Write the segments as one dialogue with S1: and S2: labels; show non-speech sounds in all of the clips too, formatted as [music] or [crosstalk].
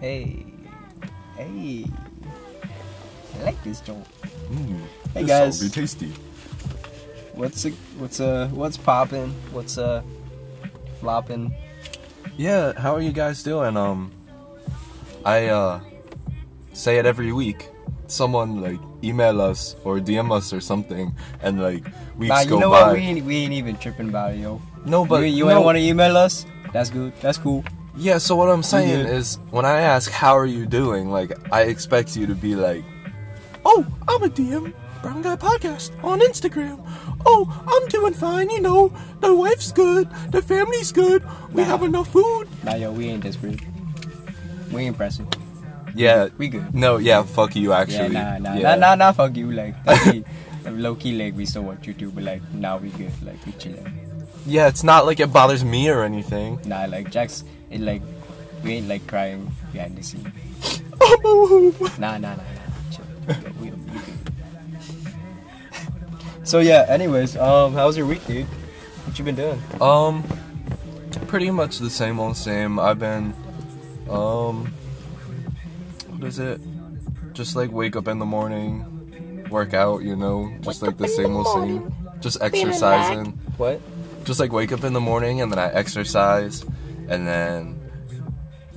S1: Hey, hey, I like this joint.
S2: Mm,
S1: Hey,
S2: this
S1: guys.
S2: Song be tasty.
S1: What's a, what's uh what's popping? What's uh flopping?
S2: Yeah, how are you guys doing? Um, I uh say it every week. Someone like email us or DM us or something, and like weeks
S1: Nah,
S2: go
S1: you know
S2: by.
S1: what? We ain't we ain't even tripping about it, yo.
S2: No, but
S1: you you
S2: no.
S1: ain't want to email us? That's good. That's cool.
S2: Yeah, so what I'm
S1: did.
S2: saying is, when I ask how are you doing, like I expect you to be like, "Oh, I'm a DM, Brown Guy Podcast on Instagram. Oh, I'm doing fine. You know, the wife's good, the family's good, we
S1: Nah.
S2: have enough food."
S1: Nah, yo, we ain't desperate. We ain't pressing.
S2: Yeah,
S1: We good.
S2: No, yeah, fuck you.
S1: Yeah,
S2: Actually,
S1: nah, nah,
S2: Yeah.
S1: nah, nah, nah. Fuck you, like. [laughs] Low key, like we still want you to, but like now we good, like we chilling.
S2: Yeah, it's not like it bothers me
S1: [laughs]
S2: or anything.
S1: Nah, like Jack's, it like we ain't like crying behind the scene. Nah, nah, nah, nah. Chill. Yo, we, we good. So yeah. Anyways, um, how's your week, dude? What you been doing?
S2: um, pretty much the same old same. I've been, um, what is it? Just like wake up in the morning, work out, you know, just like the same old same. Just exercising.
S1: What?
S2: Just like wake up in the morning and then I exercise, and then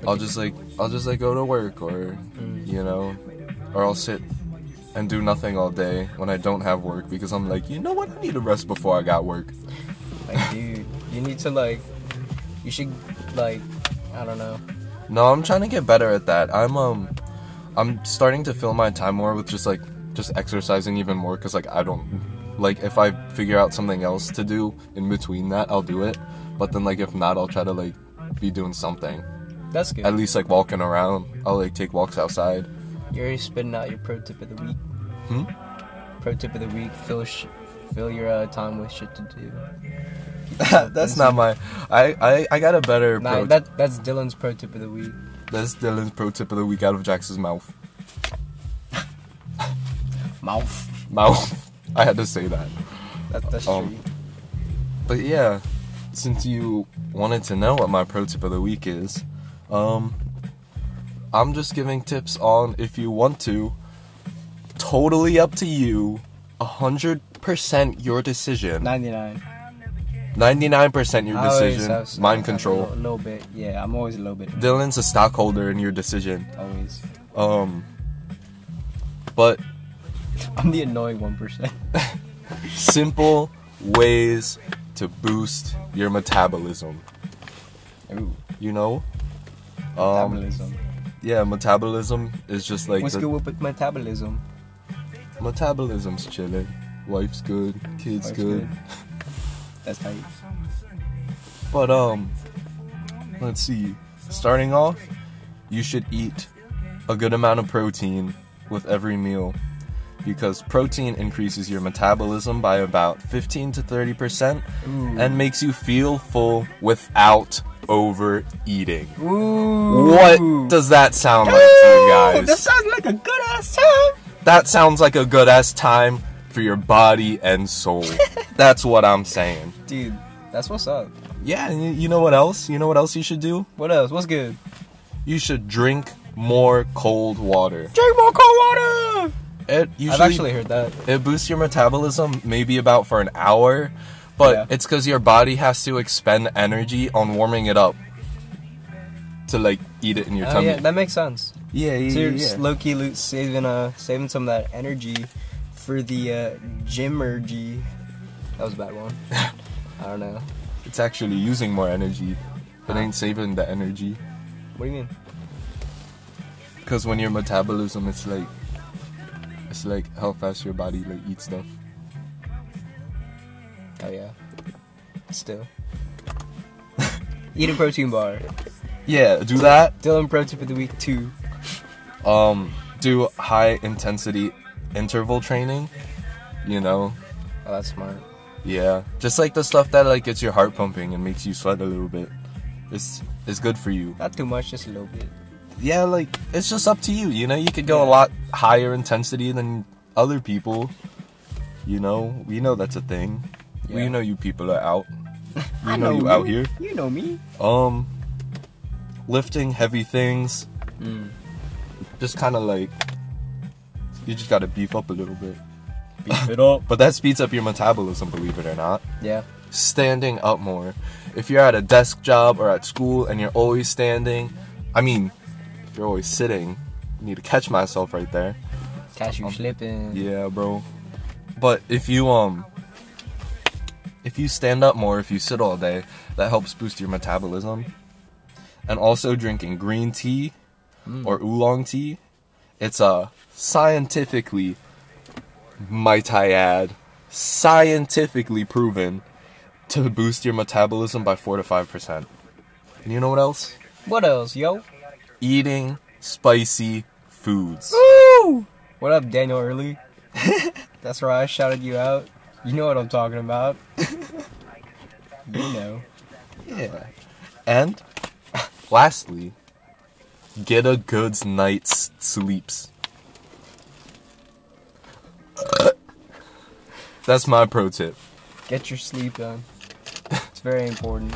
S2: I'll just like I'll just like go to work or you know, or I'll sit and do nothing all day when I don't have work because I'm like, you know what, I need to rest before I got work.
S1: Like, dude, you need to like, you should like, I don't know.
S2: No, I'm trying to get better at that. I'm um, I'm starting to fill my time more with just like just exercising even more because like I don't like if I figure out something else to do in between that, I'll do it. But then like if not, I'll try to like be doing something.
S1: That's good.
S2: At least like walking around. I'll like take walks outside.
S1: [laughs]
S2: [laughs]
S1: You're already spitting out your pro tip of the week.
S2: Hmm?
S1: Pro tip of the week: fill sh- fill your uh, time with shit to do.
S2: that's not my. I I, I got a better.
S1: Nah,
S2: pro tip.
S1: that that's Dylan's pro tip of the week.
S2: that's Dylan's pro tip of the week out of Jax's mouth. [laughs]
S1: Mouth.
S2: Mouth. I had to say that.
S1: That, that's
S2: Um,
S1: true.
S2: But yeah, since you wanted to know what my pro tip of the week is, um, I'm just giving tips on if you want to. Totally up to you. 100% your decision.
S1: Ninety nine.
S2: 99% your decision. Mind
S1: A
S2: control.
S1: little, little bit. Yeah, I'm always a little bit.
S2: Dylan's a stockholder in your decision.
S1: Always.
S2: Um, but
S1: I'm the annoying one percent.
S2: simple ways to boost your metabolism.
S1: Ooh,
S2: You know? Um,
S1: metabolism.
S2: yeah, metabolism is just like
S1: What's
S2: the-
S1: good with metabolism?
S2: metabolism's chilling. Life's good, kids
S1: Life's
S2: good.
S1: That's tight.
S2: But um let's see. Starting off, you should eat a good amount of protein with every meal because protein increases your metabolism by about 15 to 30%
S1: Ooh.
S2: and makes you feel full without overeating.
S1: Ooh.
S2: What does that sound like to you guys?
S1: That sounds like a good ass time.
S2: That sounds like a good ass time for your body
S1: [laughs]
S2: and soul. That's what I'm saying.
S1: Dude, that's what's up.
S2: Yeah, and you- you know what else? You know what else you should do?
S1: What else? What's good?
S2: You should drink more cold water.
S1: Drink more cold water.
S2: It usually
S1: I've actually heard that.
S2: it boosts your metabolism maybe about for an hour, but
S1: Yeah.
S2: it's cuz your body has to expend energy on warming it up to like eat it in your
S1: Oh,
S2: tummy.
S1: yeah, that makes sense.
S2: yeah, yeah,
S1: So
S2: yeah,
S1: you're
S2: yeah.
S1: low key lo- saving uh saving some of that energy for the uh, gymergy. That was a bad
S2: [laughs]
S1: one. I don't know.
S2: It's actually using more energy. It ain't saving the energy.
S1: What do you mean?
S2: Because when your metabolism, it's like, it's like how fast your body like eats stuff.
S1: Oh yeah. Still. [laughs] Eat a protein bar.
S2: Yeah, do that.
S1: Dylan pro tip of the week two.
S2: Um, do high intensity interval training. You know,
S1: Oh, that's smart.
S2: yeah, just like the stuff that like gets your heart pumping and makes you sweat a little bit. It's it's good for you.
S1: Not too much, just a little bit.
S2: yeah, like it's just up to you. You know, you could go a lot higher intensity than other people. You know, we know that's a thing.
S1: Yeah.
S2: We know you people are
S1: [laughs]
S2: out. We
S1: I
S2: know, you out here.
S1: You know me.
S2: Um, lifting heavy things,
S1: Mm.
S2: just kind of like you just got to beef up a little bit.
S1: Beef it up.
S2: But that speeds up your metabolism, believe it or not.
S1: [laughs] Yeah.
S2: standing up more. If you're at a desk job or at school and you're always standing, I mean, if you're always sitting, I need to catch myself right there.
S1: Catch you slipping.
S2: Um, Yeah, bro. But if you um if you stand up more, if you sit all day, that helps boost your metabolism. And also drinking green tea or oolong tea, it's a scientifically might I add, scientifically proven to boost your metabolism by 4 to 5%. And you know what else?
S1: What else, yo?
S2: Eating spicy foods.
S1: Woo! What up, Daniel Early? [laughs] That's right, I shouted you out. You know what I'm talking about.
S2: [laughs]
S1: you know.
S2: Yeah. And lastly, get a good night's sleeps. That's my pro tip.
S1: Get your sleep done. It's very important.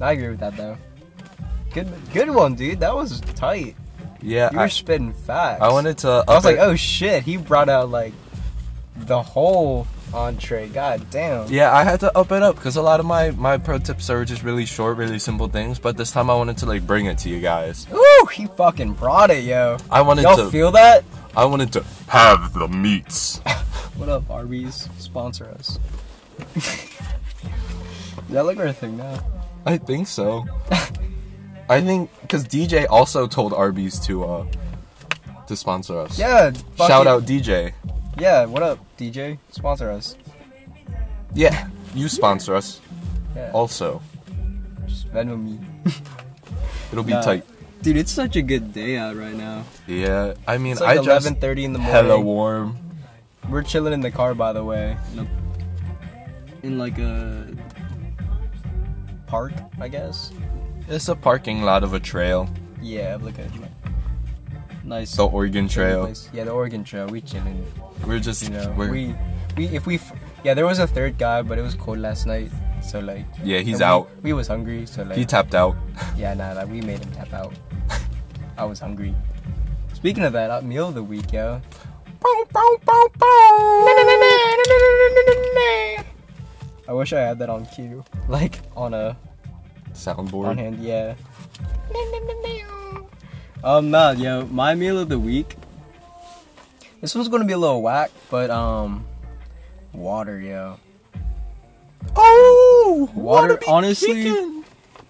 S1: I agree with that though. Good good one, dude. That was tight.
S2: Yeah,
S1: You were
S2: I,
S1: spitting facts.
S2: I wanted to.
S1: I was
S2: up
S1: like,
S2: it-
S1: oh shit, he brought out like the whole entree. God damn.
S2: Yeah, I had to up it up because a lot of my my pro tips are just really short, really simple things. But this time I wanted to like bring it to you guys.
S1: Ooh, he fucking brought it, yo.
S2: I wanted
S1: Y'all
S2: to.
S1: feel that?
S2: I wanted to have the meats.
S1: What up, Arby's? Sponsor us. [laughs] yeah, look at her thing now.
S2: I think so. I think because DJ also told Arby's to uh to sponsor us.
S1: Yeah, fuck
S2: Shout
S1: it.
S2: out DJ.
S1: Yeah, what up, DJ? Sponsor us.
S2: Yeah, you sponsor us.
S1: Yeah.
S2: Also,
S1: Just Venmo me.
S2: it'll be
S1: Nah.
S2: tight.
S1: Dude, it's such a good day out right now.
S2: Yeah, I mean,
S1: It's like
S2: I just
S1: 11:30 in the morning.
S2: hella warm.
S1: We're chilling in the car, by the way. In, a, in like a park, I guess.
S2: It's a parking lot of a trail,
S1: Yeah, like a nice
S2: the Oregon
S1: chilling
S2: Trail.
S1: place. Yeah, the Oregon Trail. We chilling.
S2: We're just,
S1: You know,
S2: we're,
S1: we we if we f- yeah, there was a third guy, but it was cold last night, so like
S2: yeah, he's
S1: and we-
S2: out.
S1: We, was hungry, so like
S2: He tapped out.
S1: yeah, nah, like we made him tap
S2: [laughs]
S1: out. I was hungry. Speaking of that, uh, meal of the week, yo. I wish I had that on cue, [laughs] like on a on
S2: Soundboard.
S1: hand, yeah. Um, nah, yo, my meal of the week. This one's gonna be a little whack, but um, water, yo.
S2: Oh,
S1: Water, honestly,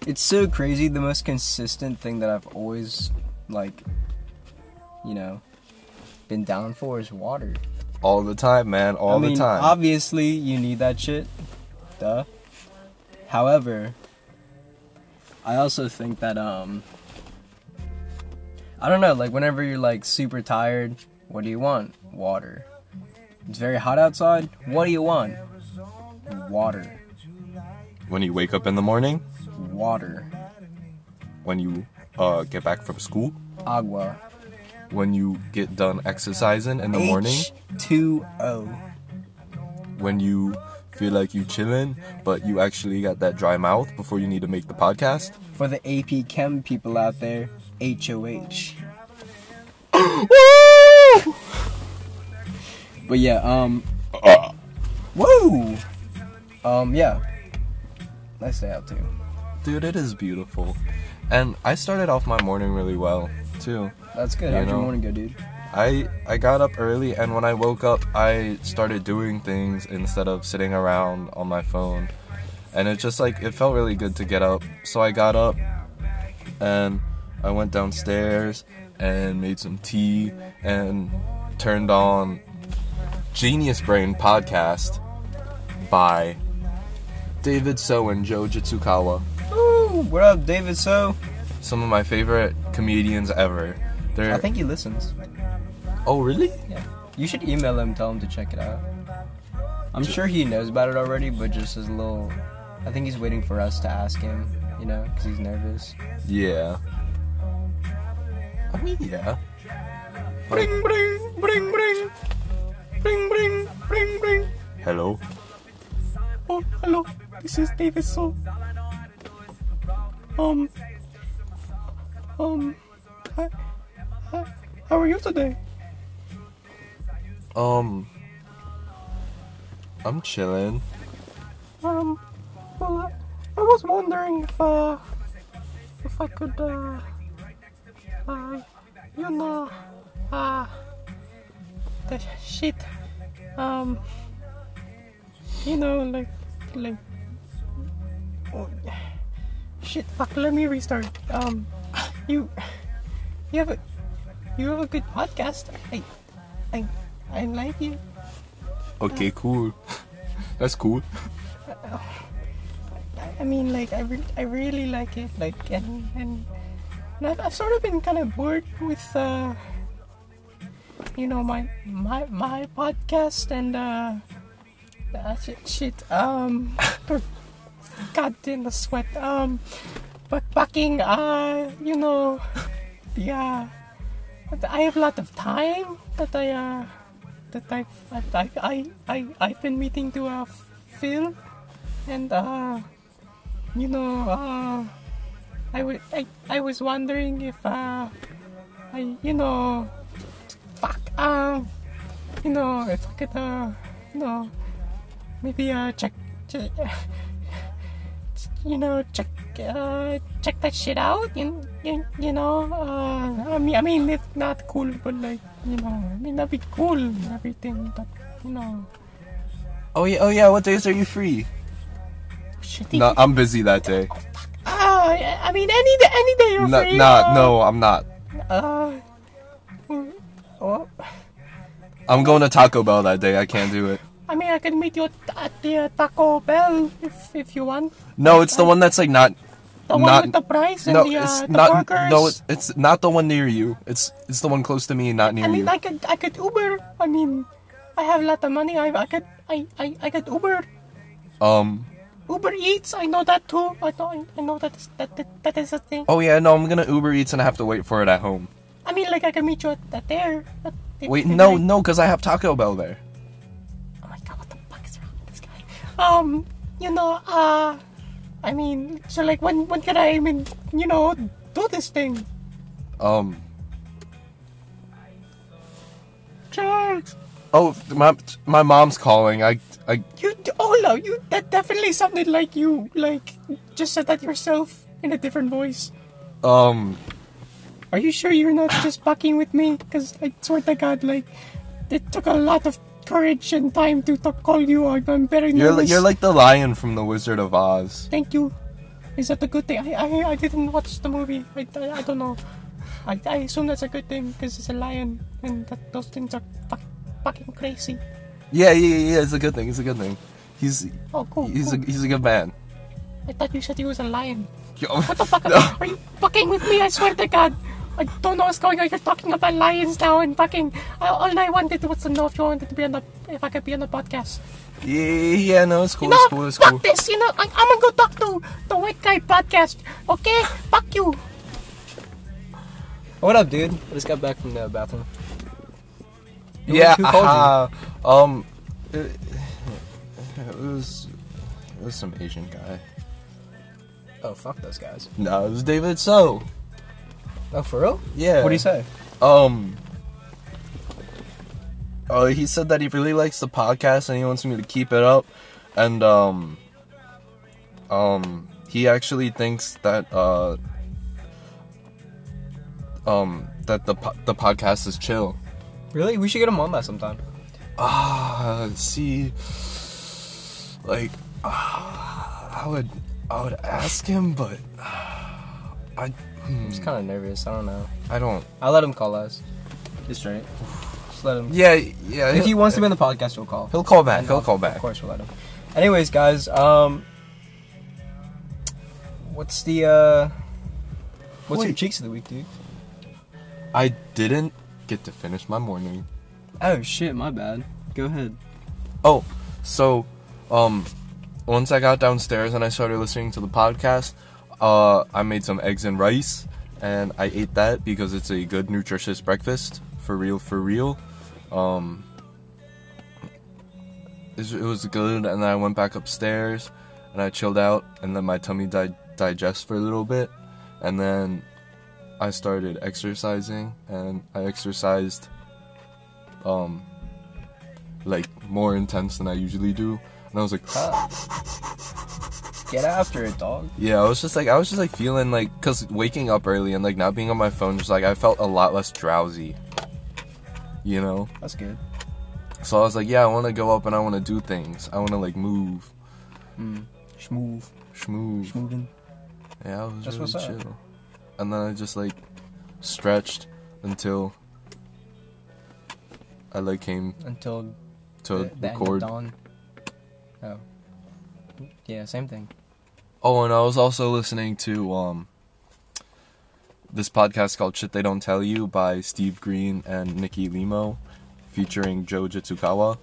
S1: it's so crazy. The most consistent thing that I've always like, you know, been down for is water.
S2: all the time, man, all
S1: I mean,
S2: the time.
S1: Obviously, you need that shit. Duh. However, I also think that um I don't know, like whenever you're like super tired, what do you want? Water. It's very hot outside. What do you want? Water.
S2: when you wake up in the morning,
S1: Water.
S2: when you uh, get back from school,
S1: Agua.
S2: when you get done exercising in the morning,
S1: H2O.
S2: when you feel like you chillin', but you actually got that dry mouth before you need to make the podcast.
S1: For the AP Chem people out there, HOH. But yeah, um.
S2: Uh.
S1: Whoa! Um, yeah. Nice day out too.
S2: Dude, it is beautiful. And I started off my morning really well, too.
S1: That's good.
S2: You
S1: How'd your
S2: know.
S1: morning go, dude?
S2: I I got up early and when I woke up I started doing things instead of sitting around on my phone. And it just like it felt really good to get up. So I got up and I went downstairs and made some tea and turned on Genius Brain podcast by David So and Joe Jitsukawa
S1: Ooh, what up, David? So,
S2: some of my favorite comedians ever. They're
S1: I think he listens.
S2: oh really?
S1: Yeah. You should email him, tell him to check it out. I'm sure he knows about it already, but just as a little. I think he's waiting for us to ask him, you know, because he's nervous.
S2: Yeah. I mean, yeah. Bring, bring, bring, bring. Bring, bring, bring, bring. Hello. Oh, hello. This is David So. Um. Um. Hi, hi, how are you today? Um. I'm chilling.
S3: Um, well, I, I was wondering if, uh, if I could, uh, uh, you know, uh, the shit, um, you know, like, like, oh, shit, fuck, let me restart. Um, you, you have a, you have a good podcast. I, I, I like you.
S2: Okay, cool. [laughs] That's cool.
S3: I- I mean, like, I, re- I really like it. Like, and, and, and I've, I've sort of been kind of bored with, uh, you know, my my my podcast and uh, uh shit, shit um, [laughs] per- God damn the sweat. Um, but fucking, uh, you know, yeah, I have a lot of time that I uh that I I I I, I I've been meeting to uh Phil and uh you know uh I wa- I I was wondering if uh I you know fuck um you know if I could uh you know maybe uh check, check you know check uh check that shit out you, you, you know uh I mean I mean it's not cool but like you know I mean that'd be cool and everything but you know
S2: Oh yeah, oh yeah. What days are you free?
S3: shitty
S2: No, I'm busy that day.
S3: Ah, I I mean, any day, any day you're
S2: No,
S3: free.
S2: no,
S3: uh,
S2: no, I'm not.
S3: Uh, mm, oh,
S2: I'm going to Taco Bell that day. I can't do it.
S3: I mean, I can meet you at- at the uh, Taco Bell if if you want.
S2: No, it's the one that's like not.
S3: The
S2: Not-
S3: one with the price and
S2: No,
S3: the, uh,
S2: it's
S3: the
S2: not.
S3: burgers.
S2: No, it's, it's not the one near you. It's it's the one close to me, not near
S3: I
S2: you.
S3: mean, I could I could Uber. I mean, I have a lot of money. I I could I I, I could Uber.
S2: Um.
S3: Uber Eats, I know that too. I know, I know that is, that, that that is a thing.
S2: Oh yeah, no, I'm gonna Uber Eats and I have to wait for it at home.
S3: I mean, like I can meet you at, at there. At the-
S2: Wait,
S3: the-
S2: no,
S3: like-
S2: no, because I have Taco Bell there.
S3: Oh my god, what the fuck is wrong with this guy? Um, you know, uh, I mean, so like, when when can I, I mean, you know, do this thing?
S2: Um.
S3: Charles,
S2: Oh, my my mom's calling. I I
S3: you, d- Ola, you, that definitely sounded like you, like, just said that yourself in a different voice.
S2: um.
S3: Are you sure you're not just fucking with me? Because I swear to God, like, it took a lot of courage and time to, to call you. I'm I'm very
S2: You're li-
S3: nervous.
S2: you're like the lion from the Wizard of Oz.
S3: Thank you. Is that a good thing? I, I, I didn't watch the movie. I, I, I don't know. I, I assume that's a good thing because it's a lion and that, those things are fuck, fucking crazy.
S2: Yeah, yeah, yeah, yeah. It's a good thing. It's a good thing. He's
S3: Oh, cool.
S2: he's a
S3: cool.
S2: he's a good man.
S3: I thought you said he was a lion.
S2: Yo,
S3: What the fuck? Are you fucking with me? I swear to God. I don't know what's going on. You're talking about lions now and fucking. I, all I wanted was to know if you wanted to be on the. If I could be on the podcast.
S2: [laughs] yeah, yeah, no, it's cool.
S3: no,
S2: It's cool. It's
S3: fuck [laughs]
S2: cool.
S3: this. You know, I, I'm gonna go talk to the white guy podcast. Okay? fuck you.
S1: What up, dude? I just got back from the bathroom. Who-
S2: Yeah. [laughs]
S1: who called you?
S2: aha. Um. It, it was it was some Asian guy.
S1: Oh, fuck those guys.
S2: No, it was David So.
S1: Oh, for real?
S2: Yeah.
S1: What do you say?
S2: Um. Uh, he said that he really likes the podcast and he wants me to keep it up, and um. Um, he actually thinks that uh. Um, that the po- the podcast is chill.
S1: Really? We should get him on that sometime.
S2: Ah, see, like, ah, I would I would ask him, but ah, I hmm,
S1: I'm just kind of nervous. I don't know.
S2: I don't.
S1: I'll let him call us. Just straight. Just let him.
S2: Yeah, yeah.
S1: If he
S2: he'll-
S1: wants to be on the podcast, he'll call.
S2: he'll call back.
S1: And
S2: He'll
S1: of-
S2: call back.
S1: Of course, we'll let him. Anyways, guys, um, what's the uh, what's your
S2: Wait.
S1: cheeks of the week, dude?
S2: I didn't get to finish my morning.
S1: Oh shit, my bad. Go ahead.
S2: Oh, so um once I got downstairs and I started listening to the podcast, uh I made some eggs and rice and I ate that because it's a good nutritious breakfast for real for real. Um, it's- it was good, and then I went back upstairs and I chilled out, and then my tummy di- digest for a little bit, and then I started exercising, and I exercised um like more intense than I usually do, and I was like.
S1: Get after it, dog.
S2: [sighs] Yeah, I was just like I was just like feeling like cuz waking up early and like not being on my phone just like I felt a lot less drowsy. You know?
S1: That's good.
S2: So I was like, yeah, I want to go up and I want to do things. I want to like move,
S1: Mm. Schmoove.
S2: schmoove.
S1: Schmoovin'.
S2: Yeah, I was
S1: That's
S2: really
S1: what's up.
S2: chill. And then I just like stretched until I like came
S1: Until
S2: to
S1: the, the end of
S2: record.
S1: dawn. Oh. Yeah, same thing.
S2: Oh, and I was also listening to um this podcast called Shit They Don't Tell You by Steve Green and Nikki Limo featuring Joe Jitsukawa.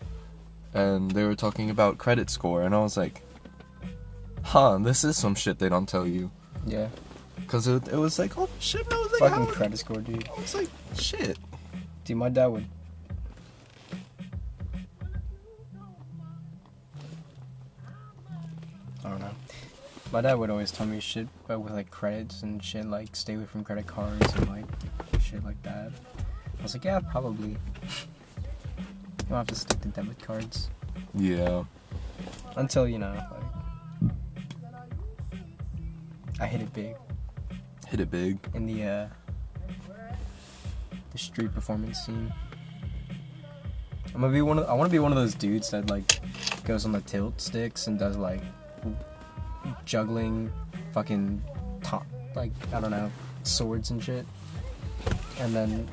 S2: And they were talking about credit score and I was like, "Huh, this is some shit they don't tell you."
S1: Yeah.
S2: Cuz it, it was like, "Oh shit, I was like,
S1: Fucking
S2: how-
S1: credit score, dude.
S2: I was like, shit.
S1: Dude, my dad would. I don't know. My dad would always tell me shit but with like credits and shit, like stay away from credit cards and like shit like that. I was like, yeah, probably. You'll have to stick to debit cards
S2: Yeah.
S1: until you know. like I hit it big
S2: Hit it big.
S1: in the uh, the street performance scene. I'm gonna be one of I want to be one of those dudes that like goes on the tilt sticks and does like juggling, fucking top like I don't know swords and shit, and then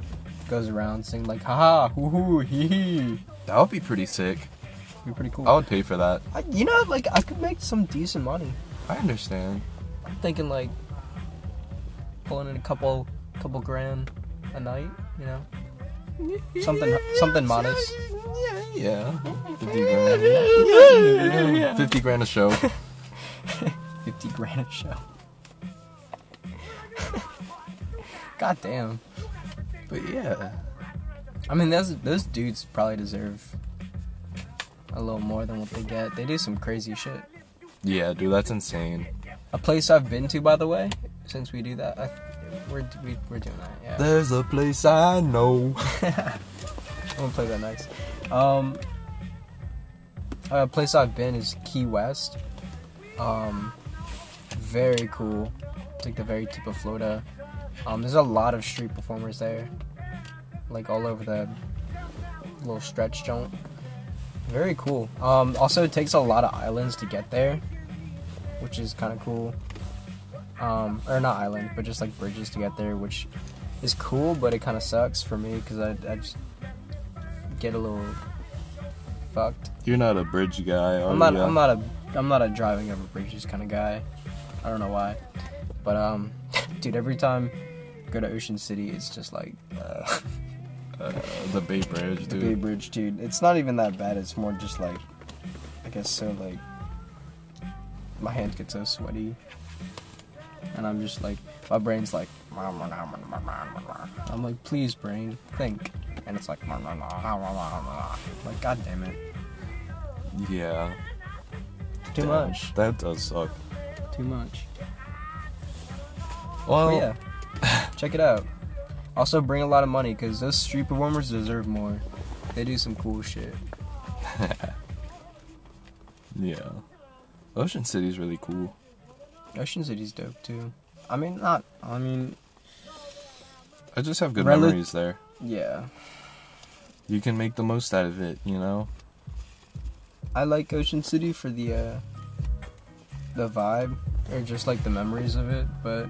S1: goes around singing like haha hoo hoo hee hee.
S2: That would be pretty sick.
S1: Be pretty cool.
S2: I would pay for that.
S1: I, you know, like I could make some decent money.
S2: I understand.
S1: I'm thinking like pulling in a couple couple grand a night, you know. Something something modest.
S2: Yeah. 50 grand. 50 grand a show.
S1: 50 grand a show. God damn.
S2: But yeah.
S1: I mean, those those dudes probably deserve a little more than what they get. They do some crazy shit.
S2: Yeah, dude, that's insane.
S1: A place I've been to, by the way, since we do that, I, we're we, we're doing that. Yeah.
S2: There's a place I know.
S1: I'm gonna play that next. Um, a place I've been is Key West. Um, very cool. It's like the very tip of Florida. Um, there's a lot of street performers there, like all over the little stretch joint. Very cool. Um, also, it takes a lot of islands to get there, which is kind of cool. Um, or not island, but just like bridges to get there, which is cool, but it kind of sucks for me because I, I just get a little fucked.
S2: You're not a bridge guy, are
S1: I'm not.
S2: ya?
S1: I'm not a. I'm not a driving over bridges kind of guy. I don't know why, but um, [laughs] dude, every time I go to Ocean City, it's just like uh, [laughs]
S2: the Bay Bridge,
S1: the
S2: dude.
S1: Bay Bridge, dude. It's not even that bad. It's more just like, I guess so. Like, my hands get so sweaty, and I'm just like, my brain's like, I'm like, please, brain, think, and it's like, [laughs] like, god damn it,
S2: Yeah.
S1: too
S2: Damn,
S1: much,
S2: That does suck.
S1: too much.
S2: Well,
S1: But Oh, yeah, [laughs] check it out. Also, bring a lot of money because those street performers deserve more. They do some cool shit.
S2: yeah. Ocean City's really cool.
S1: Ocean City's dope too. I mean, not. I mean,
S2: I just have good
S1: Relu-
S2: memories there.
S1: yeah.
S2: You can make the most out of it, you know?
S1: I like Ocean City for the uh, the vibe or just like the memories of it. But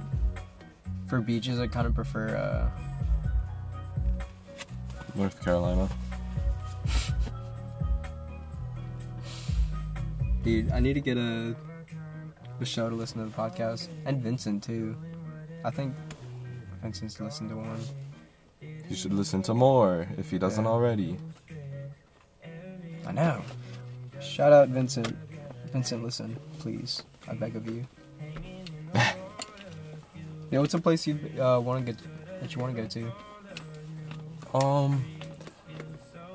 S1: for beaches, I kind of prefer. Uh,
S2: North Carolina.
S1: Dude, I need to get a Michelle to listen to the podcast and Vincent too. I think Vincent's listened to one.
S2: You should listen to more if he doesn't
S1: Yeah.
S2: already.
S1: I know. Shout out Vincent. [laughs] Vincent, listen, please. I beg of you. Yeah, what's a place you uh, want to get that you want to go to?
S2: Um,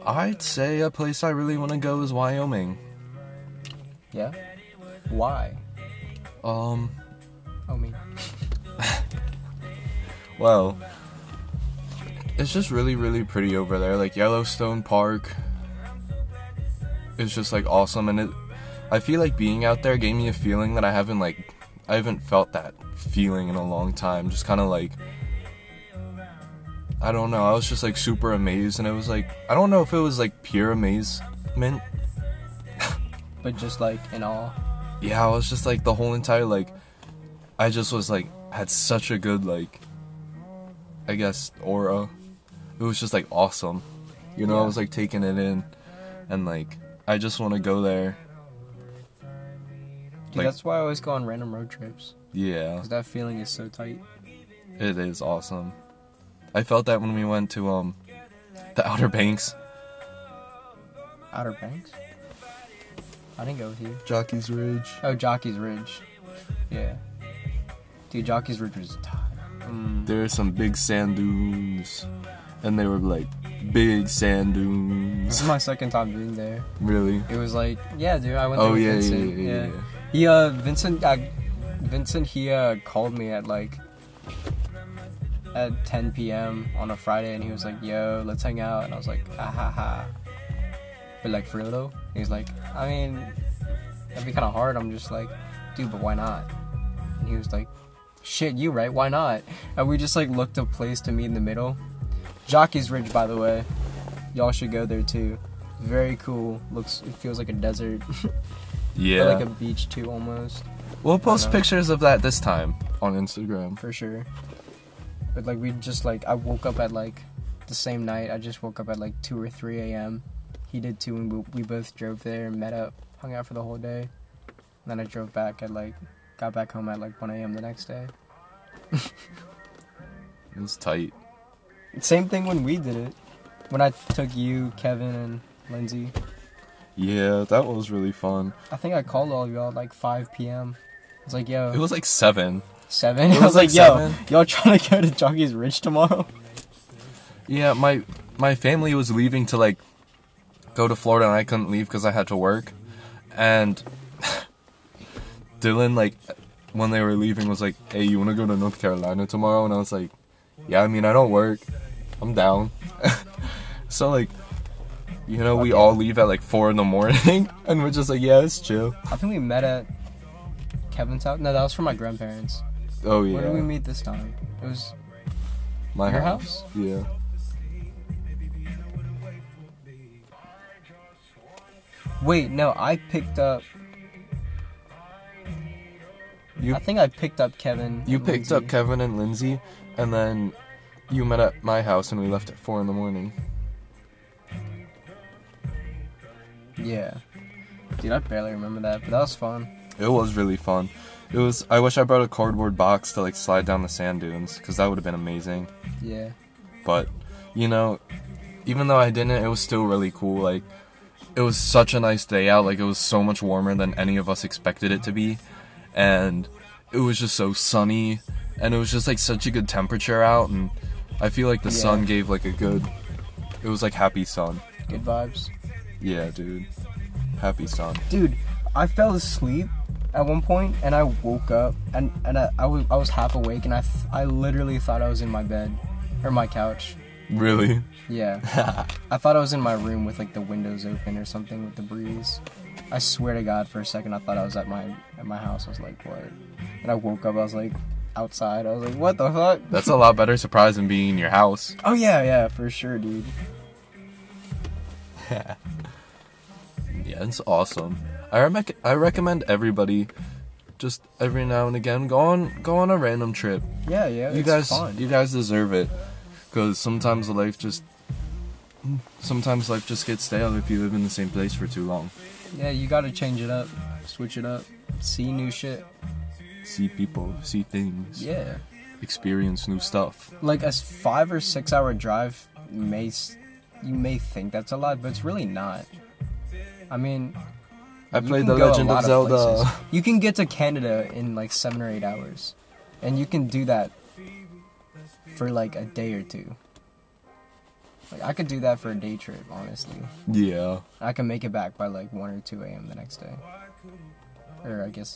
S2: I'd say a place I really want to go is Wyoming.
S1: Yeah. Why?
S2: Um,
S1: Oh me.
S2: well, it's just really, really pretty over there. Like Yellowstone Park is just like awesome, and it. I feel like being out there gave me a feeling that I haven't like, I haven't felt that feeling in a long time. Just kind of like. I don't know. I was just like super amazed, and it was like I don't know if it was like pure amazement
S1: But just like in all.
S2: yeah, I was just like the whole entire like I just was like had such a good like I guess aura. It was just like awesome. You know, I
S1: Yeah.
S2: was like taking it in and like I just want to go there.
S1: Dude,
S2: Like-
S1: that's why I always go on random road trips.
S2: Yeah,
S1: Cause that feeling is so tight.
S2: it is awesome. I felt that when we went to um the Outer Banks.
S1: Outer Banks. I didn't go with you.
S2: Jockey's Ridge.
S1: Oh, Jockey's Ridge. Yeah. Dude, Jockey's Ridge was tight. Mm.
S2: There were some big sand dunes and they were like big sand
S1: This [laughs]
S2: dunes.
S1: is my second time being there.
S2: really?
S1: It was like, yeah, dude, I went there
S2: Oh
S1: with
S2: yeah, yeah,
S1: Vincent.
S2: yeah, yeah, yeah.
S1: He, uh, Vincent, uh, Vincent, he, uh, called me at like, at 10 p.m. on a Friday and he was like, yo, let's hang out. And I was like, ah ha ha. But like, for real though? He's like, I mean, that'd be kind of hard. I'm just like, dude, but why not? And he was like, shit, you right, why not? And we just like looked a place to meet in the middle. Jockey's Ridge, by the way. Y'all should go there too. Very cool. Looks, it feels like a desert.
S2: Yeah.
S1: Or like a beach too, almost
S2: We'll post
S1: know.
S2: pictures of that this time on Instagram.
S1: for sure. But like we just like I woke up at like the same night. I just woke up at like two or three a.m. He did too, and we, we both drove there and met up, hung out for the whole day. And then I drove back at like got back home at like one a.m. the next day.
S2: It was tight.
S1: Same thing when we did it. When I took you, Kevin, and Lindsay.
S2: Yeah, that was really fun.
S1: I think I called all of y'all at like 5 p.m. I was like, yo,
S2: It was like seven.
S1: seven.
S2: it
S1: [laughs] I was
S2: was
S1: like,
S2: like
S1: yo,
S2: seven.
S1: y'all trying to go to Jockey's Ridge tomorrow?
S2: Yeah, my my family was leaving to like go to Florida, and I couldn't leave because I had to work. And [laughs] Dylan, like, when they were leaving, was like, "Hey, you want to go to North Carolina tomorrow?" And I was like, "Yeah, I mean, I don't work. I'm down." [laughs] so like, you know, we all leave at like four in the morning, [laughs] and we're just like, "Yeah, it's chill."
S1: I think we met at Kevin's house. No, that was for my grandparents.
S2: Oh yeah.
S1: Where did we meet this time? It was
S2: My
S1: Your house?
S2: Yeah.
S1: wait, no, I picked up.
S2: You-
S1: I think I picked up Kevin.
S2: You
S1: and
S2: picked
S1: Lindsay.
S2: up Kevin and Lindsay, and then you met at my house, and we left at four in the morning.
S1: Yeah, dude, I barely remember that, but that was fun.
S2: It was really fun. It was. I wish I brought a cardboard box to like slide down the sand dunes, because that would have been amazing.
S1: Yeah,
S2: But you know, even though I didn't, it was still really cool. Like, it was such a nice day out. Like, it was so much warmer than any of us expected it to be, and it was just so sunny, and it was just like such a good temperature out, and I feel like the
S1: Yeah.
S2: sun gave like a good. It was like happy sun.
S1: good vibes.
S2: Yeah, dude. Happy son.
S1: dude i fell asleep at one point and i woke up and, and I, I, was, I was half awake and I, th- I literally thought i was in my bed or my couch
S2: Really? [laughs]
S1: yeah i thought i was in my room with like the windows open or something with the breeze i swear to god for a second i thought i was at my at my house i was like what and i woke up i was like outside i was like what the fuck
S2: That's a lot better surprise than being in your house.
S1: oh yeah yeah for sure dude
S2: Yeah, it's awesome. I rec- I recommend everybody just every now and again go on go on a random trip.
S1: yeah yeah
S2: You
S1: it's
S2: guys
S1: fun.
S2: you guys deserve it cuz sometimes life just sometimes life just gets stale if you live in the same place for too long.
S1: yeah you gotta change it up switch it up see new shit
S2: See people, see things,
S1: yeah
S2: experience new stuff.
S1: like a five or six hour drive may s- you may think that's a lot but it's really not i mean
S2: I
S1: you
S2: played
S1: can
S2: The
S1: go a
S2: Legend
S1: lot
S2: of Zelda.
S1: [laughs] places. you can get to canada in like seven or eight hours and you can do that for like a day or two. Like I could do that for a day trip, honestly.
S2: [laughs] Yeah.
S1: I can make it back by like one or two a.m. the next day, or I guess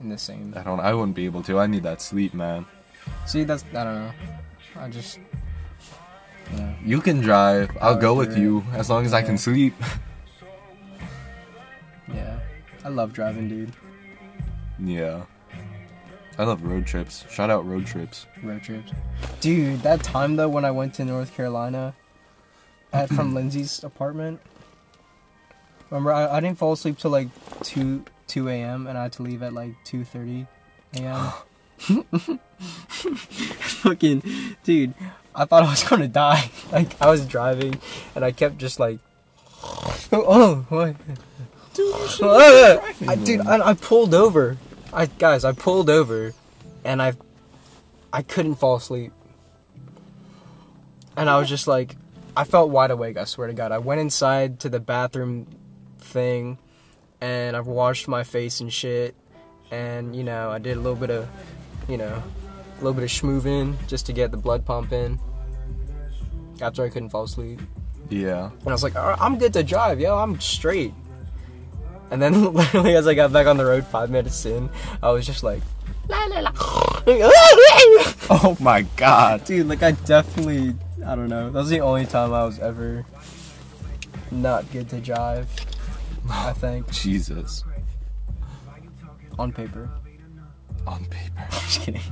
S1: in the same.
S2: I don't. I wouldn't be able to. I need that sleep, man.
S1: See, that's I don't know. I just yeah.
S2: You can drive. I'll
S1: Oh,
S2: go with
S1: you're
S2: you as long as I
S1: Yeah.
S2: can sleep.
S1: Yeah. I love driving, dude.
S2: yeah. I love road trips. Shout out road trips.
S1: Road trips. Dude, that time though when I went to North Carolina at from Lindsay's apartment. Remember I, I didn't fall asleep till like two two AM and I had to leave at like two thirty AM. [laughs] Fucking dude, I thought I was gonna die. [laughs] Like I was driving and I kept just like [laughs] Oh, oh what? [laughs] Uh, I, dude, I, I pulled over. I guys, I pulled over, and I, I couldn't fall asleep. And I was just like, I felt wide awake. I swear to God, I went inside to the bathroom thing, and I washed my face and shit, and you know, I did a little bit of, you know, a little bit of schmoovin' just to get the blood pumping. After I couldn't fall asleep.
S2: Yeah.
S1: And I was like, "Alright, I'm good to drive, yo, I'm straight. And then [laughs] literally as I got back on the road five minutes in, I was just like, [laughs] la, la, la.
S2: [laughs] Oh my god.
S1: dude, like I definitely, I don't know. That was the only time I was ever not good to drive. I think
S2: Jesus.
S1: on paper. [laughs]
S2: On paper.
S1: Just kidding.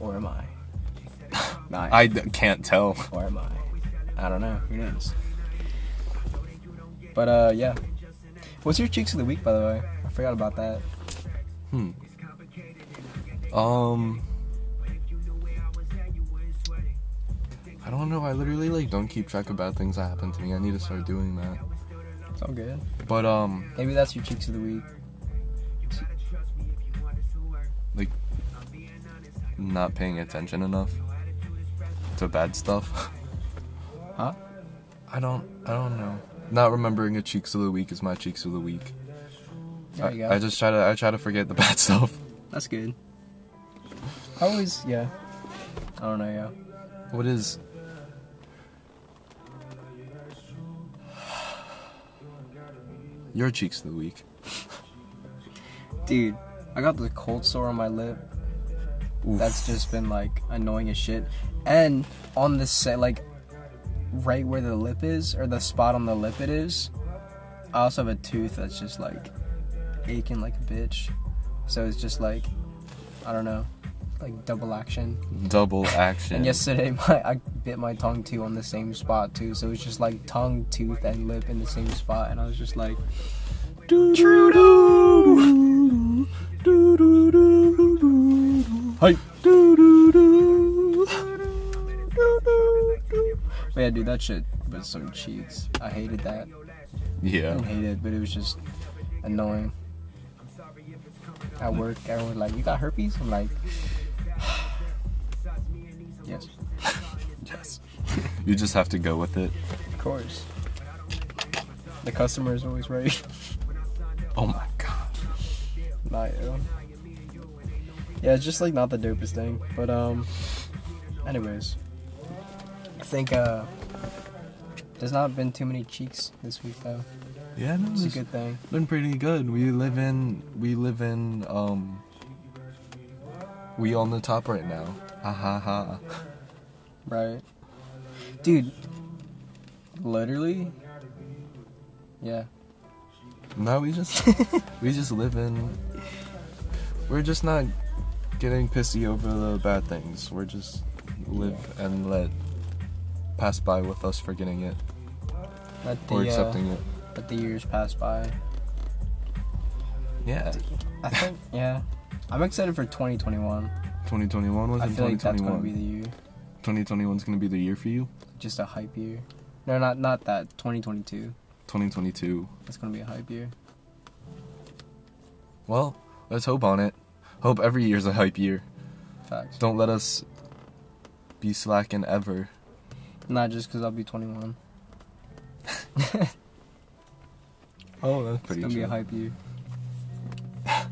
S1: Or am I? Not.
S2: I d- can't tell.
S1: or am I? I don't know. Who knows? But uh, yeah. What's your cheeks of the week, by the way? I forgot about that.
S2: Hmm. Um. I don't know. I literally like don't keep track of bad things that happen to me. I need to start doing that.
S1: It's all good.
S2: But um,
S1: Maybe that's your cheeks of the week.
S2: like not paying attention enough to bad stuff. [laughs]
S1: Huh?
S2: I don't. I don't know. Not remembering a cheeks of the week is my cheeks of the week.
S1: There you
S2: I,
S1: go.
S2: I just try to. I try to forget the [laughs] bad stuff.
S1: That's good. I always, yeah. I don't know, yeah.
S2: What is? Your cheeks of the week.
S1: Dude, I got the cold sore on my lip.
S2: Oof.
S1: That's just been like annoying as shit. And on the set, like right where the lip is, or the spot on the lip it is, I also have a tooth that's just like aching like a bitch. So it's just like, I don't know, like double action.
S2: double action.
S1: And yesterday, [laughs] my I bit my tongue too on the same spot too. So it was just like tongue, tooth, and lip in the same spot, and I was just like,
S2: Trudeau.
S1: "Hey." But yeah, dude, that shit was some cheats. I hated that. I didn't
S2: Yeah.
S1: hate it, but it was just annoying. At work, everyone's like, "You got herpes?" I'm like, [sighs] "Yes,
S2: Yes. you just have to go with it.
S1: of course." The customer is always right. [laughs]
S2: Oh my god.
S1: Not yeah. Yeah, it's just like not the dopest thing. But um anyways. I think uh there's not been too many cheeks this week though.
S2: Yeah, no,
S1: It's a good thing.
S2: been pretty good. We live in we live in um we on the top right now. Ha ha ha.
S1: Right. Dude literally Yeah.
S2: No, we
S1: [laughs]
S2: just we just live in we're just not getting pissy over the bad things. We're just live and let pass by with us forgetting it
S1: Let the
S2: or
S1: uh,
S2: accepting it.
S1: let the years pass by.
S2: Yeah.
S1: I
S2: [laughs]
S1: think yeah. I'm excited for twenty twenty one.
S2: 2021 was
S1: I
S2: in
S1: feel like that's gonna be
S2: 2021.
S1: the year.
S2: 2021 is going to be the year for you.
S1: Just a hype year. No not not that. Twenty twenty two.
S2: 2022.
S1: That's gonna be a hype year.
S2: Well, let's hope on it. Hope every year's a hype year.
S1: Facts.
S2: Don't let us be slacking ever.
S1: Not just because I'll be 21.
S2: Oh, that's
S1: It's gonna be a hype year.
S2: hi,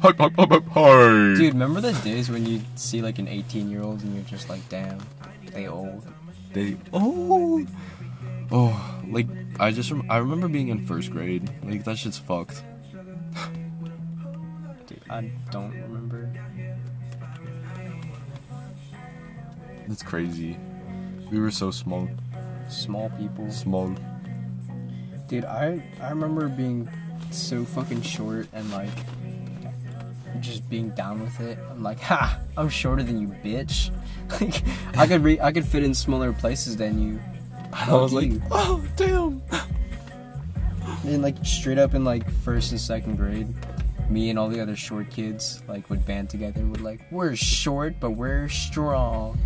S2: hi, hi, hi, hi.
S1: Dude, remember the days when you see like an 18 year old and you're just like, damn, they old.
S2: They oh oh like I just rem- I remember being in first grade. Like that shit's fucked.
S1: Dude, I don't remember.
S2: That's crazy. We were so small,
S1: Small people.
S2: small. [laughs]
S1: Dude, I I remember being so fucking short and like just being down with it. I'm like, ha, I'm shorter than you, bitch. [laughs] Like, I could re- I could fit in smaller places than you.
S2: I was like,
S1: you.
S2: oh damn.
S1: And like straight up in like first and second grade, me and all the other short kids like would band together and would like, we're short but we're strong.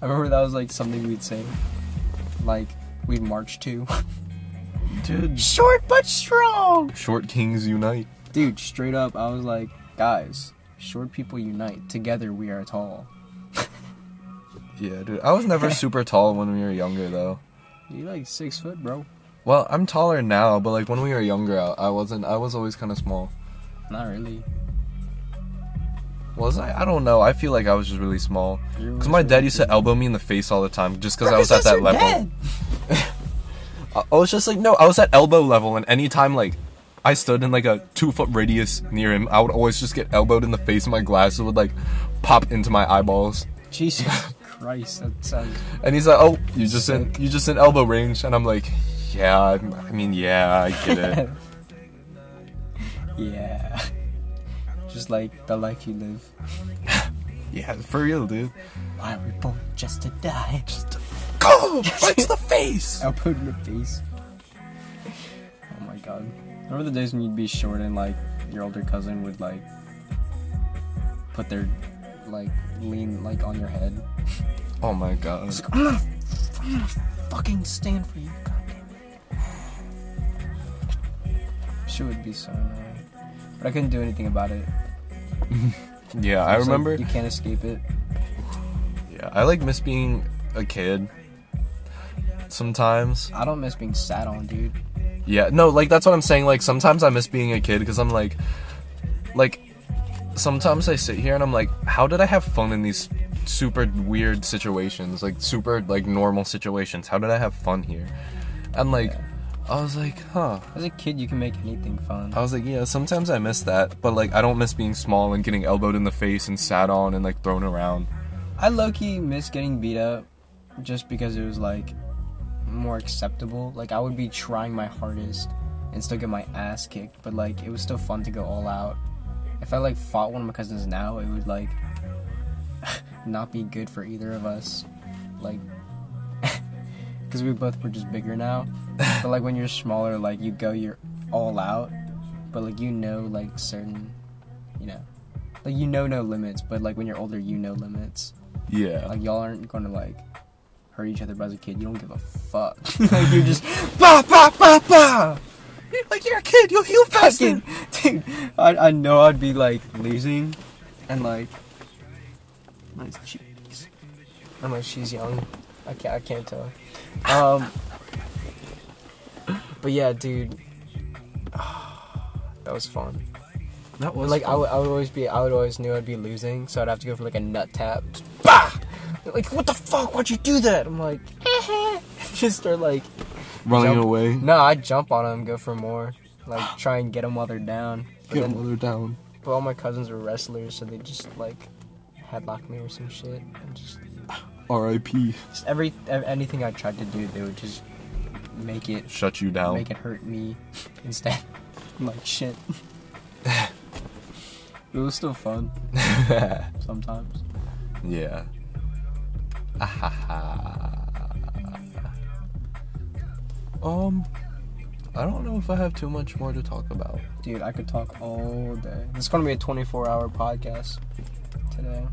S1: I remember that was like something we'd say, like we'd march to. [laughs]
S2: Dude,
S1: short but strong.
S2: short kings unite.
S1: dude, straight up, I was like, guys, short people unite. Together we are tall.
S2: Yeah, dude. I was never super tall when we were younger though.
S1: You like six foot, bro?
S2: Well, I'm taller now, but like when we were younger, I, I wasn't. I was always kind of small.
S1: Not really.
S2: Was I? I don't know. I feel like I was just really small.
S1: You
S2: Because
S1: were
S2: my
S1: just
S2: dad
S1: really
S2: used to elbow me in the face all the time just because I was at that level. I I was just like, no, I was at elbow level, and anytime like I stood in like a two foot radius near him, I would always just get elbowed in the face, and my glasses would like pop into my eyeballs.
S1: Jesus [laughs] Christ, that sounds.
S2: And he's like, oh, you just in you just in elbow range, and I'm like, yeah, I'm- I mean, yeah, I get it. [laughs]
S1: [laughs] Yeah. Just like the life you live.
S2: yeah, for real, dude.
S1: Why are we born just to die?
S2: [laughs]
S1: Just to
S2: Go right to
S1: [laughs]
S2: the face.
S1: I'll put in the face. Oh my god. Remember the days when you'd be short and like your older cousin would like put their like lean like on your head?
S2: Oh my god.
S1: I'm gonna, I'm gonna fucking stand for you, goddamn it. She would be so annoying, but I couldn't do anything about it.
S2: Yeah, I
S1: It's like,
S2: remember.
S1: you can't escape it.
S2: Yeah, I like miss being a kid. Sometimes.
S1: I don't miss being sat on, dude.
S2: Yeah, no, like that's what I'm saying. Like sometimes I miss being a kid because I'm like, like, sometimes I sit here and I'm like, how did I have fun in these super weird situations? Like super like normal situations. How did I have fun here? And like, I was like, huh.
S1: As a kid, you can make anything fun.
S2: I was like, yeah. Sometimes I miss that, but like I don't miss being small and getting elbowed in the face and sat on and like thrown around.
S1: I low key miss getting beat up, just because it was like more acceptable. Like I would be trying my hardest and still get my ass kicked, but like it was still fun to go all out. If I like fought one of my cousins now, it would like [laughs] not be good for either of us. Like, [laughs] because we both were just bigger now. but like when you're smaller, like you go you're all out, but like you know like certain, you know, like you know no limits. But like when you're older, you know limits.
S2: Yeah.
S1: Like y'all aren't going to like hurt each other. But as a kid, you don't give a fuck. [laughs] like you're just bah bah bah bah.
S2: You're, like you're a kid. You'll heal
S1: Fucking [laughs] dude, I I know I'd be like losing, and like, like she's, unless she's young, I can't I can't tell. Um, but yeah, dude, [sighs] that was fun.
S2: That was
S1: Like I would, I would always be, I would always knew I'd be losing, so I'd have to go for like a nut tap. Bah! They're Like what the fuck? Why'd you do that? I'm like, [laughs] just start like,
S2: running
S1: jump-
S2: away.
S1: no, I jump on them, go for more, like try and get them while they're down. But,
S2: Get
S1: then-
S2: mother down.
S1: but all my cousins were wrestlers, so they just like headlock me or some shit, and just,
S2: R.I.P.
S1: just every ev- anything I tried to do, they would just make it
S2: Shut you down.
S1: make it hurt me [laughs] instead. I'm like
S2: [laughs]
S1: shit. it was still
S2: [laughs]
S1: fun sometimes.
S2: Yeah. [laughs] um, I don't know if I have too much more to talk about.
S1: Dude, I could talk all day. This is gonna be a 24 hour podcast today.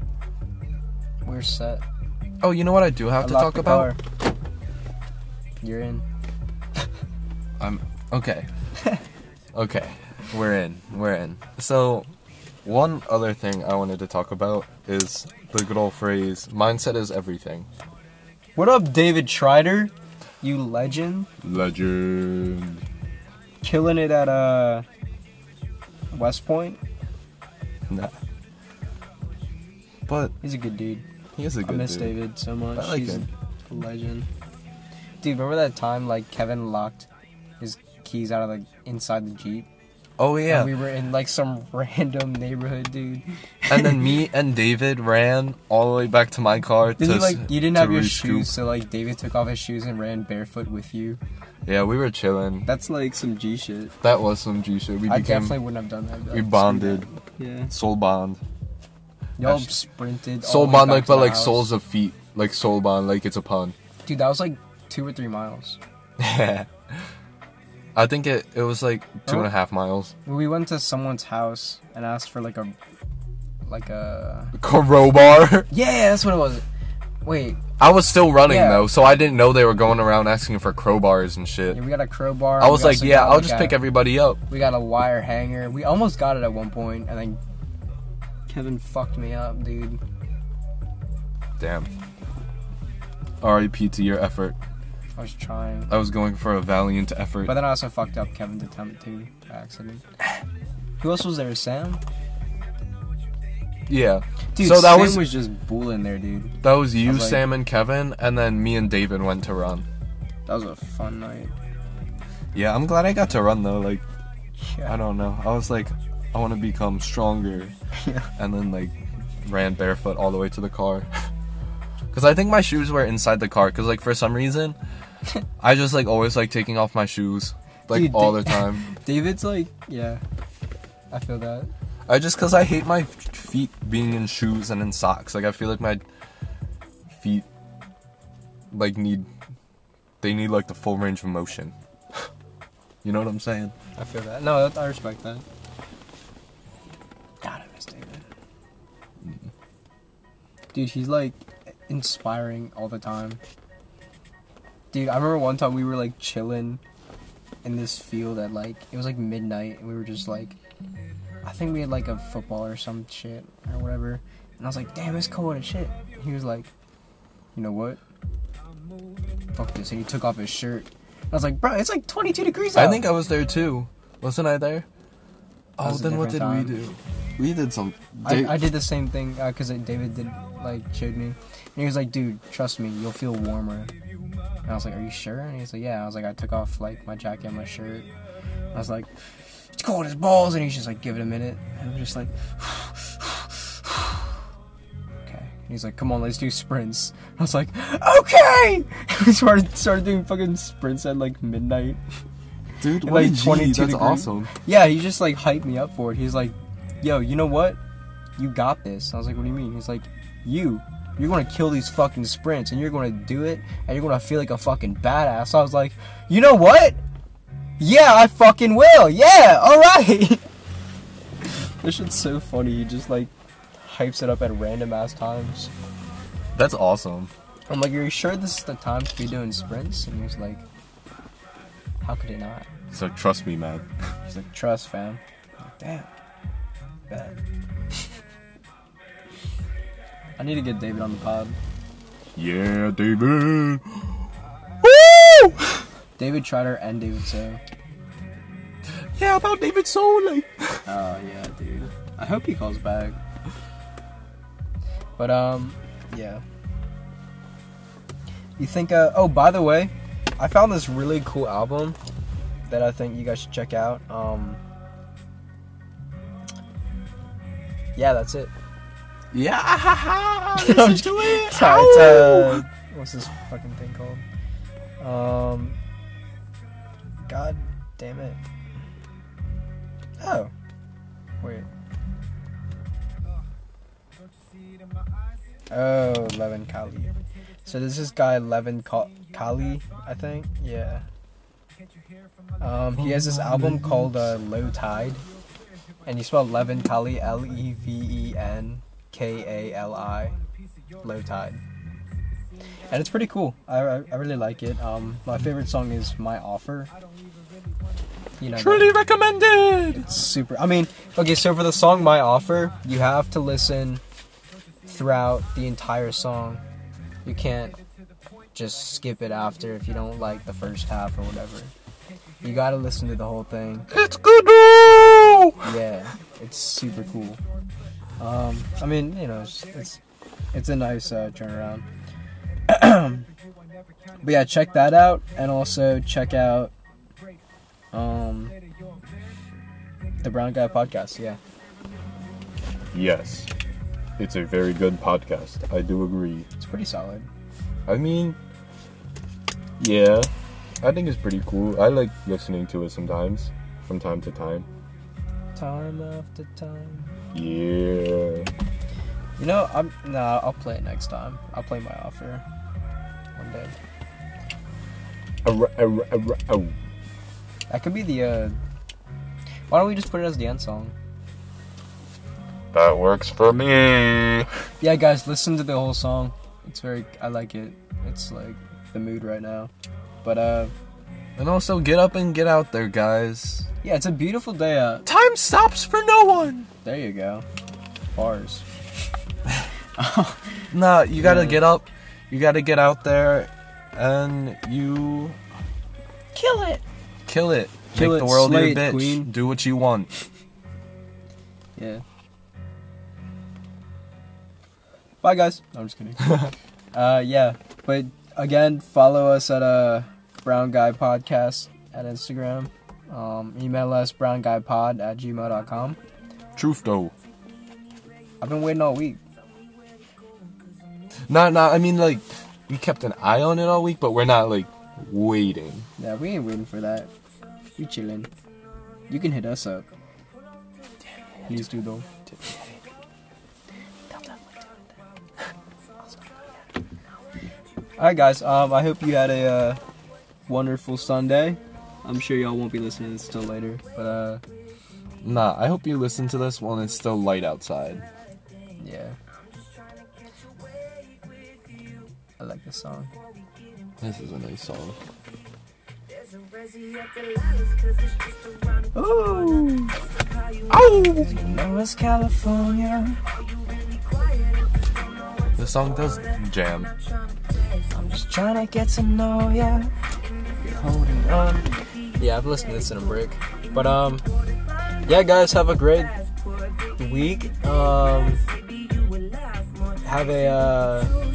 S1: We're set.
S2: Oh, you know what I do have
S1: I
S2: to
S1: locked
S2: talk
S1: the
S2: about?
S1: car. You're in.
S2: I'm
S1: [laughs]
S2: okay. okay, we're in. We're in. So, one other thing I wanted to talk about is the good old phrase "mindset is everything."
S1: What up, David Trider? You legend.
S2: Legend.
S1: Killing it at uh West Point.
S2: Nah. But
S1: He's a good dude.
S2: he is a good
S1: I miss
S2: dude.
S1: David so much.
S2: I like
S1: He's
S2: him.
S1: a legend. Dude, remember that time like Kevin locked his keys out of like inside the Jeep?
S2: Oh yeah.
S1: And we were in like some [laughs] random neighborhood, dude.
S2: and then me and David ran all the way back to my car
S1: Did
S2: to
S1: you like
S2: s-
S1: you didn't
S2: to
S1: have your
S2: rescoop.
S1: shoes, so like David took off his shoes and ran barefoot with you.
S2: Yeah, we were chilling.
S1: That's like some G shit.
S2: That was some G shit. We
S1: I
S2: became
S1: definitely wouldn't have done that. though.
S2: we
S1: Screw
S2: bonded,
S1: that. Oh Yeah.
S2: soul bond,
S1: Y'all
S2: Actually-
S1: sprinted. all
S2: soul
S1: the way
S2: bond
S1: back
S2: like
S1: to
S2: but
S1: the
S2: like
S1: house.
S2: souls of feet, like soul bond, like it's a pun. [laughs]
S1: Dude, that was like two or three miles.
S2: I think it it was like two and a half miles.
S1: We went to someone's house and asked for like a, like a.
S2: Crowbar. [laughs]
S1: Yeah, that's what it was. Wait,
S2: I was still running
S1: Yeah.
S2: though, so I didn't know they were going around asking for crowbars and shit.
S1: yeah, we got a crowbar.
S2: I
S1: we
S2: was
S1: also
S2: like, yeah,
S1: got,
S2: I'll
S1: like,
S2: just
S1: a-
S2: pick everybody up.
S1: We got a wire hanger. We almost got it at one point, and then Kevin fucked me up, dude.
S2: Damn. R.I.P. to your effort.
S1: I was trying,
S2: I was going for a valiant effort.
S1: but then I also fucked up Kevin's attempt too by accident. Who else was there? Sam.
S2: yeah.
S1: Dude,
S2: So that
S1: Sam
S2: was-
S1: was just bullying there, dude.
S2: That was you,
S1: was like-
S2: Sam, and Kevin, and then me and David went to run.
S1: That was a fun night.
S2: Yeah, I'm glad I got to run though. Like,
S1: Yeah.
S2: I don't know. I was like, I want to become [laughs] stronger.
S1: Yeah.
S2: And then, like, ran barefoot all the way to the car. [laughs] Because I think my shoes were inside the car. Because, like, for some [laughs] reason, I just, like, always like taking off my shoes, like,
S1: Dude,
S2: all
S1: they-
S2: the time.
S1: David's like, yeah. I feel that.
S2: I just, because I hate my f- feet being in shoes and in socks. Like, I feel like my feet, like, need, they need, like, the full range of motion. [laughs] you know what I'm saying?
S1: I feel that. No, that, I respect that. God, I miss David. Mm-hmm. Dude, he's like inspiring all the time. Dude, I remember one time we were like chilling in this field at like it was like midnight, and we were just like, I think we had like a football or some shit or whatever, and I was like, damn, it's cold as shit. And he was like, you know what? Fuck this, and he took off his shirt. I was like, bro, it's like 22 degrees out.
S2: I think I was there too. Wasn't I there?
S1: That
S2: Oh,
S1: was a
S2: then what did
S1: different
S2: we
S1: time.
S2: do? We did some.
S1: I, I did the same thing because David did like showed me, and he was like, "Dude, trust me, you'll feel warmer." And I was like, "Are you sure?" And he's like, "Yeah." I was like, "I took off like my jacket and my shirt." And I was like, "It's cold as balls," and he's just like, "Give it a minute," and I'm just like, [sighs] "Okay." And he's like, "Come on, let's do sprints." And I was like, "Okay." [laughs] we started started doing fucking sprints at like midnight.
S2: Dude,
S1: Like
S2: what like
S1: 22
S2: 22 That's
S1: degrees.
S2: awesome.
S1: Yeah, he just like hyped me up for it. He's like, "Yo, you know what? You got this." I was like, "What do you mean?" He's like, "You, you're gonna kill these fucking sprints, and you're gonna do it, and you're gonna feel like a fucking badass." I was like, "You know what? Yeah, I fucking will. Yeah, all right." [laughs] this shit's so funny. He just like hypes it up at random ass times.
S2: That's awesome.
S1: I'm like, "Are you sure this is the time to be doing sprints?" And he's like, "How could it not?"
S2: So trust me, man.
S1: He's like, trust, fam. I'm like, Damn. Bad. I need to get David on the pod.
S2: Yeah, David.
S1: David Trotter and David So.
S2: Yeah, about David Soul.
S1: Oh yeah, dude. I hope he calls back. But um, yeah. You think? Uh, oh, by the way, I found this really cool album that I think you guys should check out. Um, yeah, that's it. [laughs]
S2: Yeah, [laughs] ha, ha, listen to it.
S1: Sorry, it's,
S2: Ow.
S1: uh, what's this fucking thing called? Um, God damn it. Oh, wait. Oh, Levin Kali. So this is guy Levin Ka- Kali, I think. Yeah. Um, he has this album called uh, Low Tide, and you spell Levin Kali L E V E N K A L I, Low Tide. And it's pretty cool. I, I, I really like it. Um, my favorite song is My Offer. You know,
S2: Truly recommended.
S1: super. I mean, okay, so for the song My Offer, you have to listen throughout the entire song. You can't just skip it after if you don't like the first half or whatever. You gotta listen to the whole thing.
S2: It's good.
S1: Yeah, it's super cool. Um, I mean, you know, it's it's, it's a nice uh, turnaround. [clears throat] but yeah, check that out, and also check out um, the Brown Guy podcast. Yeah,
S2: Yes. It's a very good podcast. I do agree.
S1: it's pretty solid.
S2: I mean, yeah, I think it's pretty cool. I like listening to it sometimes, from time to time.
S1: Time after time.
S2: Yeah.
S1: You know, I'm nah. I'll play it next time. I'll play my offer one day.
S2: Arr, arr, arr, arr.
S1: That could be the. uh Why don't we just put it as the end song?
S2: That works for me.
S1: Yeah, guys, listen to the whole song. It's very. I like it. It's like the mood right now. But uh,
S2: And also, get up and get out there, guys.
S1: yeah, it's a beautiful day out.
S2: Time stops for no one.
S1: There you go. Bars.
S2: Nah, you gotta
S1: Yeah.
S2: get up. You gotta get out there, and you
S3: Kill it!
S2: kill it.
S1: Kill
S2: Make
S1: it,
S2: the world
S1: slay
S2: your
S1: it,
S2: bitch.
S1: queen.
S2: Do what you want.
S1: Yeah. Bye, guys. No, I'm just kidding. uh, yeah, but again, follow us at uh, Brown Guy Podcast at Instagram. Um, email us brownguypod at gmail.com.
S2: Truth though.
S1: I've been waiting all week.
S2: Not, not. I mean, like, we kept an eye on it all week, but we're not like waiting.
S1: Yeah, we ain't waiting for that. We chillin'. You can hit us up. Please do though.
S3: They'll definitely do it then. I'll stop doing that.
S1: All right, guys. Um, I hope you had a uh, wonderful Sunday. I'm sure y'all won't be listening to this till later, but uh,
S2: Nah, I hope you listen to this when it's still light outside.
S1: yeah. I like this song.
S2: This is a nice song.
S1: Ooh.
S2: Oh!
S1: No, it's California.
S2: The song does jam.
S1: I'm just trying to get to know ya. Holding on. Yeah, I've listened to this in a break. But um, yeah, guys, have a great week. Um, have a uh,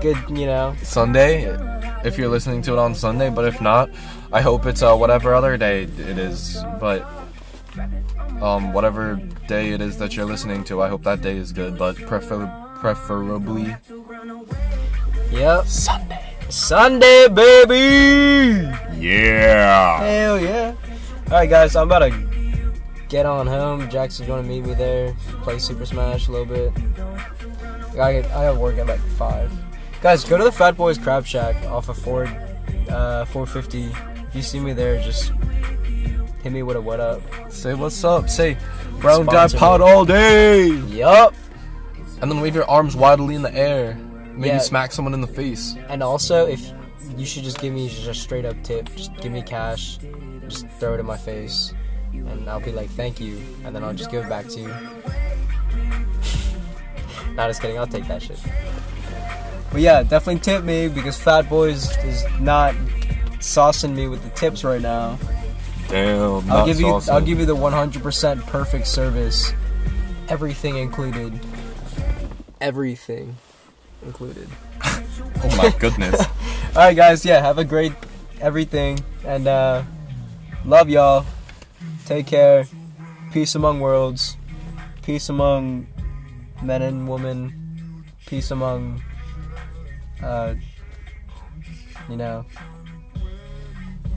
S1: good, you know.
S2: Sunday, if you're listening to it on Sunday, but if not, I hope it's uh, whatever other day it is. But um, whatever day it is that you're listening to, I hope that day is good. But prefer- preferably
S1: Yep. Sunday. Sunday, baby.
S2: Yeah.
S1: Hell yeah. All right, guys, I'm about to get on home. Jackson's gonna meet me there. Play Super Smash a little bit. I get, I have work at like five. Guys, go to the Fat Boys Crab Shack off of Ford uh, 450. If you see me there, just hit me with a what up.
S2: Say what's up. Say brown guy
S1: Sponsor
S2: pot
S1: me.
S2: all day.
S1: Yup.
S2: And then wave your arms wildly in the air. Maybe
S1: Yeah.
S2: smack someone in the face.
S1: And also, if you should just give me just a straight up tip, just give me cash, just throw it in my face, and I'll be like, thank you, and then I'll just give it back to you. [laughs] Not just kidding, I'll take that shit. But yeah, definitely tip me because Fat Boys is not saucing me with the tips right now.
S2: Damn.
S1: I'll give you, I'll give you the 100% perfect service, everything included, everything included.
S2: Oh
S1: [laughs]
S2: my goodness.
S1: All right, guys. Yeah, have a great everything, and uh, love y'all. Take care. Peace among worlds. Peace among men and women. Peace among, uh, you know,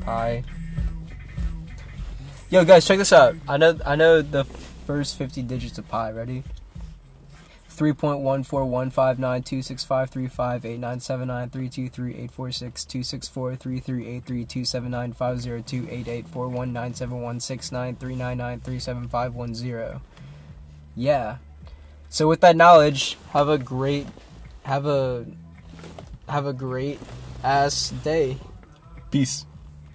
S1: pie. Yo, guys, check this out. I know, I know the first fifty digits of pi. Ready? 3.14159265358979323846264338379502884197169399375110. Yeah. So with that knowledge, have a great have a have a great ass day.
S2: Peace.